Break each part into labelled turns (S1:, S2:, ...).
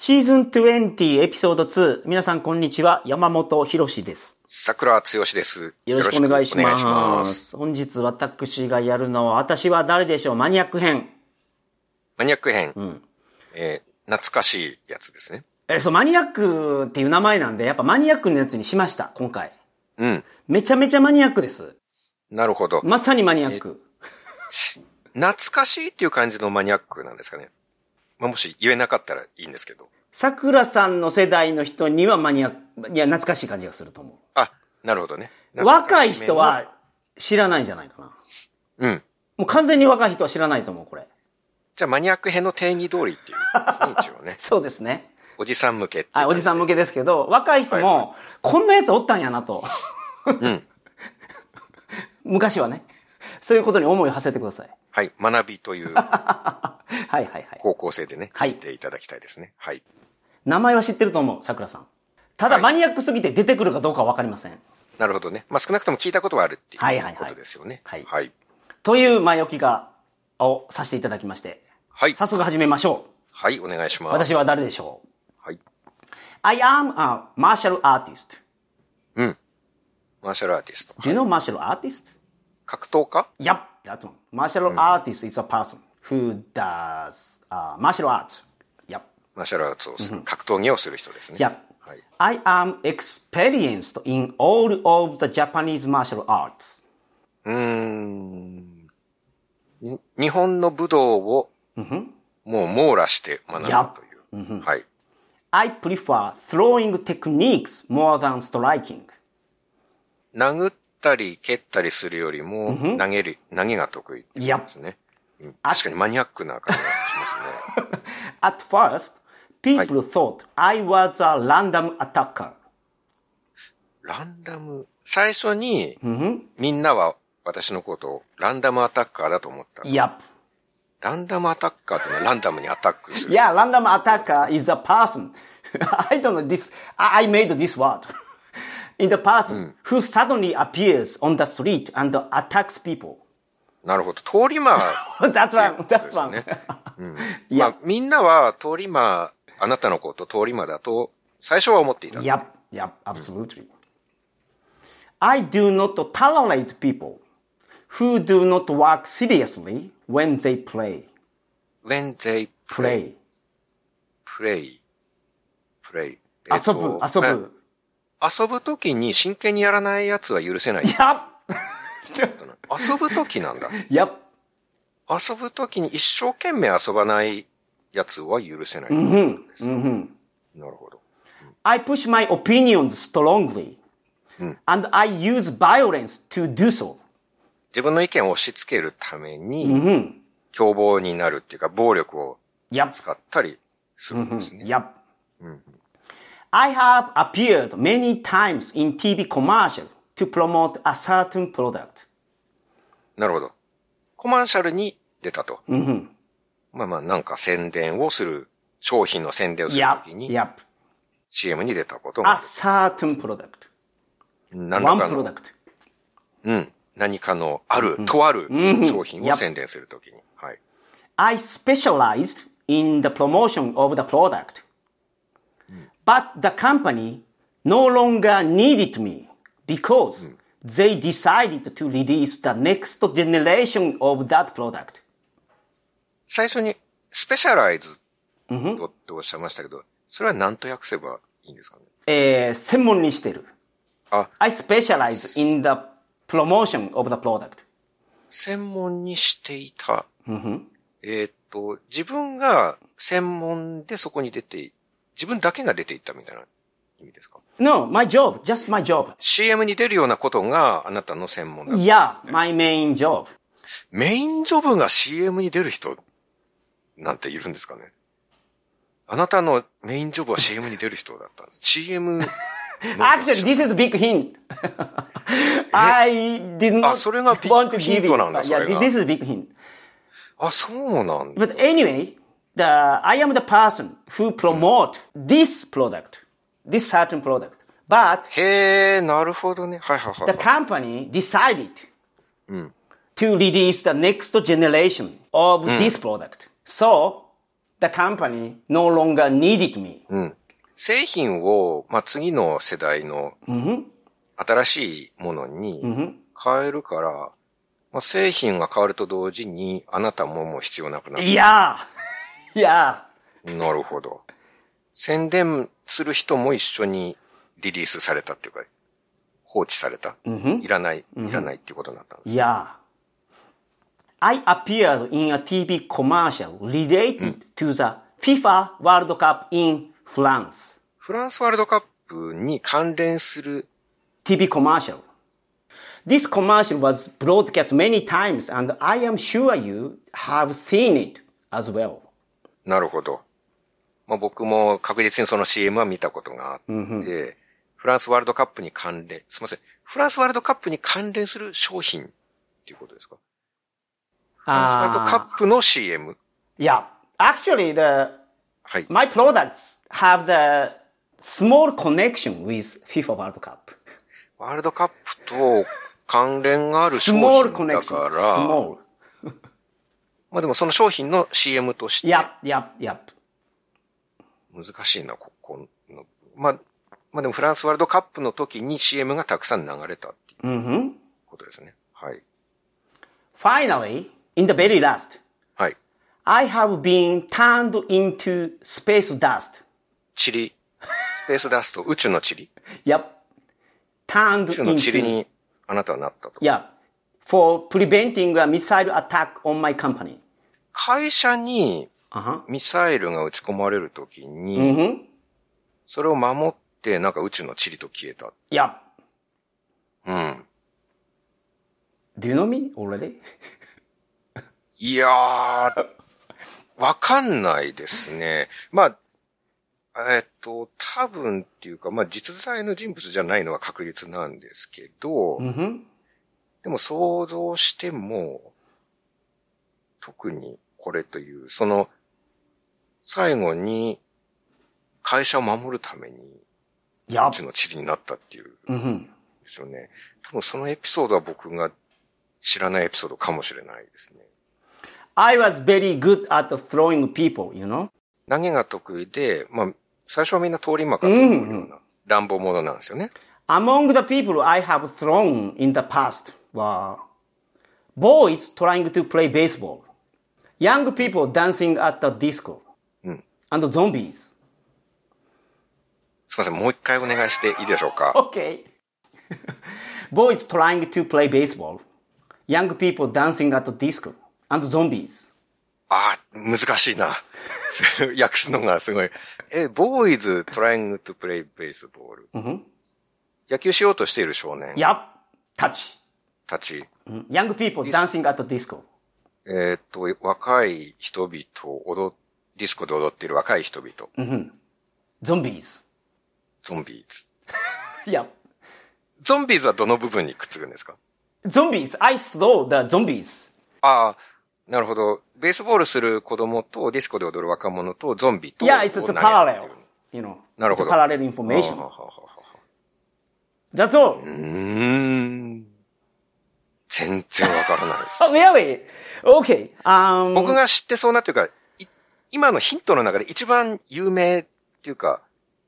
S1: シーズン20エピソード2。皆さんこんにちは。山本博史です。
S2: 桜剛です。
S1: よろしくお願いし
S2: よ
S1: ま
S2: ろ
S1: す。
S2: しくお願いします
S1: 本日私がやるのは、私は誰でしょうマニアック編。
S2: マニアック編。えー懐かしいやつですね。
S1: え、そう、マニアックっていう名前なんで、やっぱマニアックのやつにしました、今回。
S2: うん。
S1: めちゃめちゃマニアックです。
S2: なるほど。
S1: まさにマニアック。
S2: 懐かしいっていう感じのマニアックなんですかね。まあ、もし言えなかったらいいんですけど。
S1: 桜さんの世代の人にはマニアック、いや、懐かしい感じがすると思
S2: あ、なるほどね。
S1: う。若い人
S2: 懐か
S1: は知らないんじゃないかな。
S2: しめの。うん。
S1: もう完全に若い人は知らないと思う、これ。。
S2: じゃあマニアック編の定義通りっていうんですね、一応ね
S1: そうですね。
S2: おじさん向けっていう
S1: あ、おじさん向けですけど、若い人も、こんなやつおったんやなと。
S2: うん。
S1: 昔はね。そういうことに思いを馳せてください。
S2: はい。学びという
S1: はいはいはい。
S2: 方向性でね、
S1: は
S2: 聞
S1: い
S2: いていただきたいですね。はい。
S1: 名前は知ってると思う、桜さん。ただ、
S2: はい
S1: マニアックすぎて出てくるかどうかはわかりません。
S2: なるほどね。まあ、少なくとも聞いたことはあるってい
S1: はいはいはいう
S2: ことですよね。
S1: はい
S2: はい。
S1: という前置きが、をさせていただきまして。
S2: はい。
S1: 早速始めましょ
S2: はい、お願いし
S1: う。
S2: ます。
S1: 私は。誰でしょう
S2: はい。
S1: ?I am a martial artist.
S2: うん。マーシャルアーティスト。
S1: Do you know martial artist?
S2: 格闘家
S1: Yep, that one. Martial artist is a person who does、uh, martial arts. Yep.
S2: マーシャルアーツをする。格闘技をする人ですね。
S1: Yep.
S2: はい。
S1: I am experienced in all of the Japanese martial arts.
S2: うーん。に日本の武道を、もう網羅して学ぶ
S1: Uh-huh.
S2: という。はい。
S1: I prefer throwing techniques more than striking.
S2: 殴ったり蹴ったりするよりも、投げる、投げが得意ってことですね。うん確かにマニアックな感じがし ますね。
S1: At first, people thought I was a random attacker.
S2: ランダム、最初に、みんなは私のことをランダムアタッカーだと思った。
S1: Yep.
S2: ランダムアタッカーってのはランダムにアタックする。
S1: Yeah, random attacker is a person. I don't know this. I I made this word. In the person who suddenly appears on the street and attacks people.
S2: なるほど。通り魔、
S1: That's one. That's
S2: そう
S1: one.
S2: ですね。
S1: いや
S2: まあ、みんなは通り魔、あなたのこと通り魔だと、最初は思っていた。
S1: Yep, yep, absolutely. I do not tolerate people who do not work seriously when they play.
S2: when they
S1: Play.
S2: play, play. えっ
S1: 遊
S2: と
S1: ぶ、遊。ぶ。
S2: ま遊ぶ時に真剣にやらないやつは許せ ない。
S1: Yep,
S2: 遊ぶ時なんだ。
S1: yep.
S2: 遊ぶ時に一生懸命遊ばないやつは許せない。ですねなるほど。
S1: I push my opinions strongly and I use violence to do so.
S2: 自分の意見を押し付けるために、凶暴になるっていうか、暴力を
S1: Yep,
S2: 使ったりするんですね。
S1: yep. Hmm. I have appeared many times in TV commercial to promote a certain product.
S2: なるほど。コマーシャルに出たと。まあまあ、なんか宣伝をする、商品の宣伝をする
S1: Yep,
S2: ときに、
S1: yep.
S2: CM に出たことが
S1: A、certain product.
S2: 何ら
S1: One
S2: かの、
S1: product.
S2: うん、何かの、ある、とある商品を
S1: Yep
S2: 宣伝するときに。はい。
S1: I specialized in the promotion of the product. But the company no longer needed me because they decided to release the next generation of that product.
S2: 最初に、スペシャライズをっておっしゃいましたけど、それは何と訳せばいいんですかね。
S1: えー、専門にしてる。
S2: あ、
S1: Eh, I specialize in the promotion of the product.
S2: 専門にしていた。えーっと、自分が専門でそこに出てい、自分だけが出ていったみたいな意味ですか
S1: No, my job, just my job.
S2: ?CM に出るようなことがあなたの専門だ。
S1: Yeah, my main job.
S2: メインジョブが CM に出る人なんているんですかねあなたのメインジョブは CM に出る人だったんです。CM の。
S1: Actually, this is a big hint. I did not
S2: あ Ah, それがビッグ
S1: want to give
S2: ヒントなんだ
S1: it.
S2: それ
S1: Yeah,
S2: が
S1: this is a big hint.
S2: あ、そうなんだ。
S1: But anyway, the, I am the person who promote this product, this certain product. But
S2: へえ、なるほどね。はいはいはい
S1: the
S2: はい。
S1: company decided to release the next generation of this product. So the company no longer needed me.
S2: うん。製品を、まあ、次の世代の新しいものに変えるから、まあ、製品が変わると同時にあなたももう必要なくなる。
S1: Yeah. yeah.
S2: なるほど。宣伝する人も一緒にリリースされたっていうか、放置された。いらない、いらないっていうことになったんです。
S1: Yeah. I appeared in a TV commercial related to the FIFA World Cup in France.
S2: フランスワールドカップに関連する
S1: TV commercial. This commercial was broadcast many times and I am sure you have seen it as well.
S2: なるほど。まあ、僕も確実にその CM は見たことがあって、フランスワールドカップに関連、すみません。フランスワールドカップに関連する商品っていうことですかフランスワールドカ
S1: Ah,
S2: ップの CM。
S1: yeah. Actually, the
S2: はい。
S1: my products have the small connection with FIFA World Cup.
S2: ワールドカップと関連がある商
S1: Small
S2: 品だ
S1: connection.
S2: から、
S1: Small.
S2: まあでもその商品の CM として、
S1: Yep, yep, yep.
S2: 難しいな、ここの。まあ、まあでもフランスワールドカップの時に CM がたくさん流れたっていうことですね。はい。
S1: Finally, in the very last,
S2: はい。
S1: I have been turned into space dust.
S2: チリ。スペースダスト、宇宙のチリ。
S1: Yep. Turned
S2: 宇宙のチリ
S1: into.
S2: にあなたはなったと。
S1: Yeah. For preventing a missile attack on my company.
S2: 会社に
S1: Uh huh.
S2: ミサイルが撃ち込まれるときに、それを守って、なんか宇宙のチリと消えた。
S1: Yep.
S2: うん。
S1: Do you know me already?
S2: いやー、わかんないですね。まあ、えっと、多分っていうか、まあ実在の人物じゃないのは確実なんですけど、でも想像しても、特にこれという、その、最後に会社を守るために、う
S1: Yep.
S2: ちの地理になったっていう。ですよね。多分そのエピソードは僕が知らないエピソードかもしれないですね。
S1: I was very good at throwing people, you know?
S2: 投げが得意で、まあ、最初はみんな通り魔かと思うような乱暴者なんですよね。
S1: Among the people I have thrown in the past were boys trying to play baseball, young people dancing at the disco, and zombies.
S2: すいません、もう一回お願いしていいでしょうか。
S1: Okay. boys trying to play baseball, young people dancing at the disco, and zombies.
S2: ああ、難しいな。 す訳すのがすごい。え、ボーイズ trying to play baseball. 野球しようとしている少年
S1: Yup. Touch.
S2: たち。
S1: Young people dancing at the disco.
S2: えーっと、若い人々、踊っ、ディスコで踊っている若い人々。
S1: Zombies.
S2: ゾンビーズ。
S1: Yup.
S2: ゾンビーズはどの部分にくっつくんですか
S1: Zombies. I throw the zombies.
S2: ああ、なるほど。ベースボールする子供とディスコで踊る若者とゾンビと。
S1: Yeah, it's, it's a
S2: こう投げるって
S1: parallel.
S2: いう
S1: You know,
S2: なる
S1: it's
S2: ほ
S1: a
S2: ど。
S1: parallel
S2: は
S1: information.
S2: はははは
S1: That's all.
S2: うーん。全然わからないで す。
S1: Oh, really? Okay. Um,
S2: 僕が知ってそうなというか、い今のヒントの中で一番有名っていうか、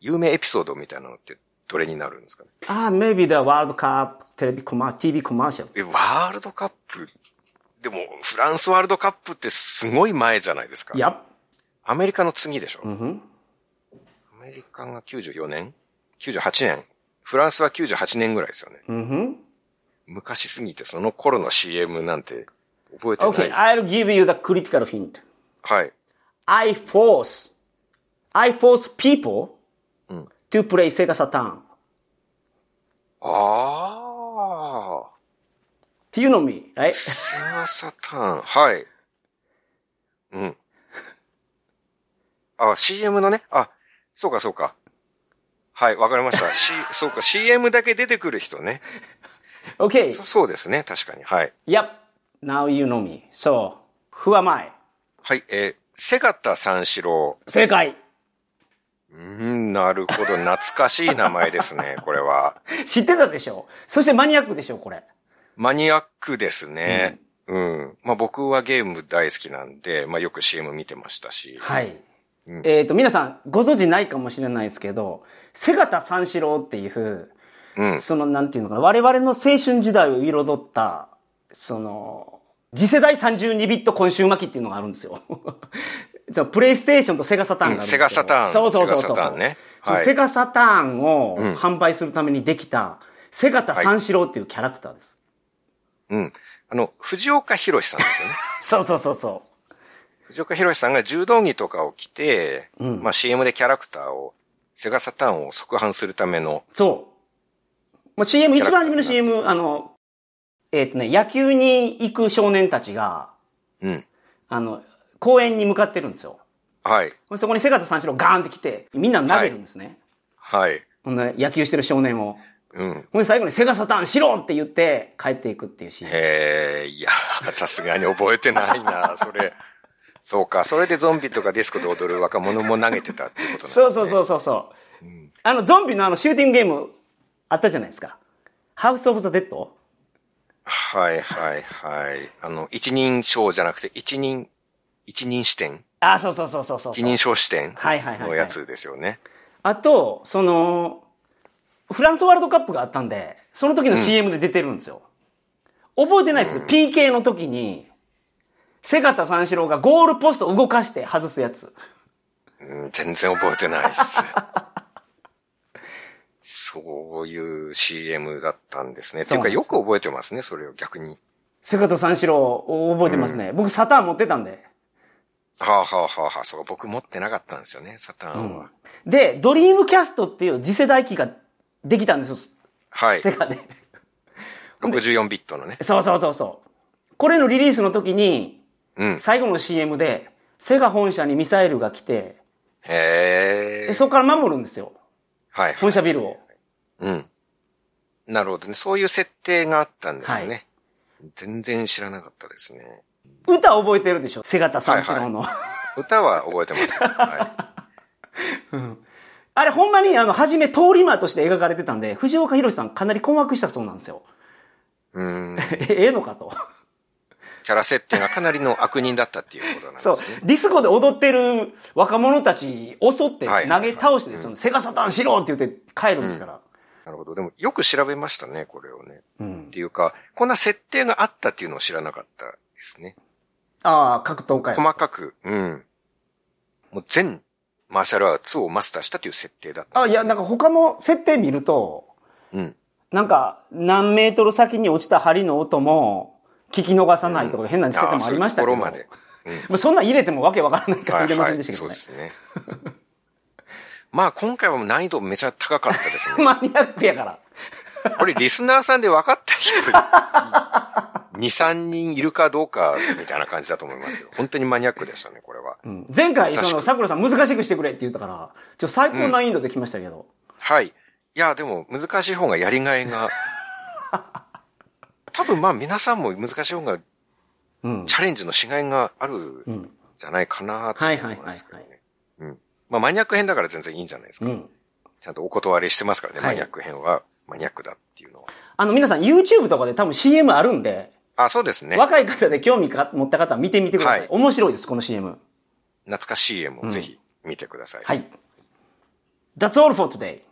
S2: 有名エピソードみたいなのってどれになるんですかね
S1: ah, maybe the World Cup TV commercial. TV commercial.
S2: え、ワールドカップでも、フランスワールドカップってすごい前じゃないですか。
S1: Yep.
S2: アメリカの次でしょ、アメリカが94年 ?98 年。フランスは98年ぐらいですよね。昔すぎてその頃の CM なんて覚えてないで
S1: Okay,
S2: す。
S1: I'll give you the critical hint.
S2: はい。
S1: I force, I force people to play Sega Saturn.
S2: ああ。
S1: You know me, right?
S2: セガサターン。はい。うん。あ、CM のね。あ、そうかそうか。はい、わかりました。C、そう か、CM だけ出てくる人ね。
S1: Okay.
S2: そそうですね、確かに。はい。
S1: Yep. Now you know me. So, who am I?
S2: はい、えー、セガタ三四郎。
S1: 正解。
S2: うん、なるほど。懐かしい名前ですね、これは。
S1: 知ってたでしょそしてマニアックでしょこれ。
S2: マニアックですね。うん。まあ僕はゲーム大好きなんで、まあよく CM 見てましたし。
S1: はい。えっ、と、皆さんご存知ないかもしれないですけど、瀬形三四郎っていう、
S2: うん。
S1: その、なんていうのかな、我々の青春時代を彩った、その、次世代32ビットコンシューマ機っていうのがあるんですよ。 そうプレイステーションとセガサターンがあるんですけど
S2: うんセガサターン
S1: そうそうそうそう。
S2: セガサターンね
S1: その
S2: はい
S1: セガサターンを
S2: ん
S1: 販売するためにできた、セガタ三四郎っていうキャラクターです。
S2: うん。あの、藤岡弘さんですよね。
S1: そうそうそうそ
S2: 藤岡弘さんが柔道着とかを着て、まあ CM でキャラクターを、セガサターンを即販するための、
S1: う。そう。もう CM、
S2: キ
S1: 一
S2: ャラク
S1: 番初
S2: ター
S1: めの CM、あの、えっ、とね、野球に行く少年たちが、
S2: うん。
S1: あの、公園に向かってるんですよ。
S2: はい。
S1: そこにセガタ三四郎ガーンって来て、みんな投げるんですね。
S2: はい。
S1: こんな野球してる少年を。
S2: うん。
S1: ほんで最後にセガサターンしろって言って帰っていくっていうシーン。
S2: へえ、いや、 さすがに覚えてな いな、それ。そうか、それでゾンビとかディスコで踊る若者も投げてたっていうことなんです
S1: そ
S2: ね。
S1: うそうそうそうそう。あの、ゾンビのあの、シューティングゲームあったじゃないですか。ハウス・オブ・ザ・デッド
S2: はいはいはい。あの、一人称じゃなくて、一人、一人視点
S1: あ、そうそうそうそうそう
S2: 一
S1: そう
S2: 人。称視点
S1: はいはいはいはい
S2: のやつですよね。
S1: あと、その、フランスワールドカップがあったんで、その時の CM で出てるんですよ。覚えてないです。PK の時に、セガタ三四郎がゴールポストを動かして外すやつ。
S2: うん全然覚えてない っす。そういう CM だったんですね。って
S1: そ
S2: いうう
S1: なん
S2: か
S1: です
S2: よく覚えてますね、それを逆に。
S1: セガタ三四郎覚えてますね。僕サターン持ってたんで。
S2: はあはあはあはあ、そう、僕持ってなかったんですよね、サターンは。
S1: で、ドリームキャストっていう次世代機ができたんですよ、
S2: はい。
S1: セガで。
S2: 64ビットのね。
S1: そうそうそうそう。これのリリースの時に、
S2: うん。
S1: 最後の CM で、セガ本社にミサイルが来て、
S2: へ
S1: で
S2: え。
S1: そこから守るんですよ。
S2: はい。
S1: 本社ビルを。
S2: うん。なるほどね。そういう設定があったんですね。
S1: はい
S2: 全然知らなかったですね。
S1: 歌覚えてるでしょセガタ三四郎の。
S2: 歌は覚えてます。は
S1: あれほんまに、あの、初め通り魔として描かれてたんで、藤岡弘さんかなり困惑したそうなんですよ。
S2: い。うーん。
S1: え、ええのか と。
S2: キャラ設定がかなりの悪人だったっていうことなんです
S1: そう
S2: ね。。
S1: ディスコで踊ってる若者たち襲って
S2: はい
S1: 投げ倒して、そのセガサターンしろって言って帰るんですから。
S2: なるほど。でもよく調べましたね、これをね。
S1: うん
S2: っ。ていうか、こんな設定があったっていうのを知らなかったですね。
S1: ああ、格闘家や。
S2: 細かく、うん。もう全マーシャルアーツをマスターしたという設定だった
S1: あ、
S2: ん
S1: い
S2: です
S1: や、
S2: ね、
S1: なんか他の設定見ると、
S2: うん。
S1: なんか何メートル先に落ちた針の音も聞き逃さないとか変な設定
S2: あー
S1: もありましたけど。
S2: そういうところまで。うん。
S1: まあそんなん入れてもわけわからないから入れませんでしたけ
S2: そ
S1: ど
S2: うで
S1: ね。
S2: すね。 まあ今回はもう難易度めちゃ高かったですね。
S1: マニアックやから。
S2: これリスナーさんで分かった人、2、3人 いるかどうかみたいな感じだと思いますよ。本当にマニアックでしたね、これは。
S1: うん前回、
S2: 優しく
S1: その、桜さん難しくしてくれって言ったから、ちょ、最高難易度できましたけど。
S2: はい。いや、でも難しい方がやりがいが。 多分まあ皆さんも難しい方が
S1: うん。
S2: チャレンジのしがいがあるんじゃないかなと思いますけど
S1: はいはいはいは
S2: ね。うん。まあマニアック編だから全然いいんじゃないですか。
S1: うん。
S2: ちゃんとお断りしてますからね、
S1: はい
S2: マニアック編はマニアックだっていうのは。
S1: あの、皆さん YouTube とかで多分 CM あるんで、
S2: あ、そうですね。
S1: 若い方で興味か持った方は見てみてください。
S2: はい
S1: 面白いです、この CM。
S2: 懐かしい CM をぜひ見てください。
S1: はい。That's all for today.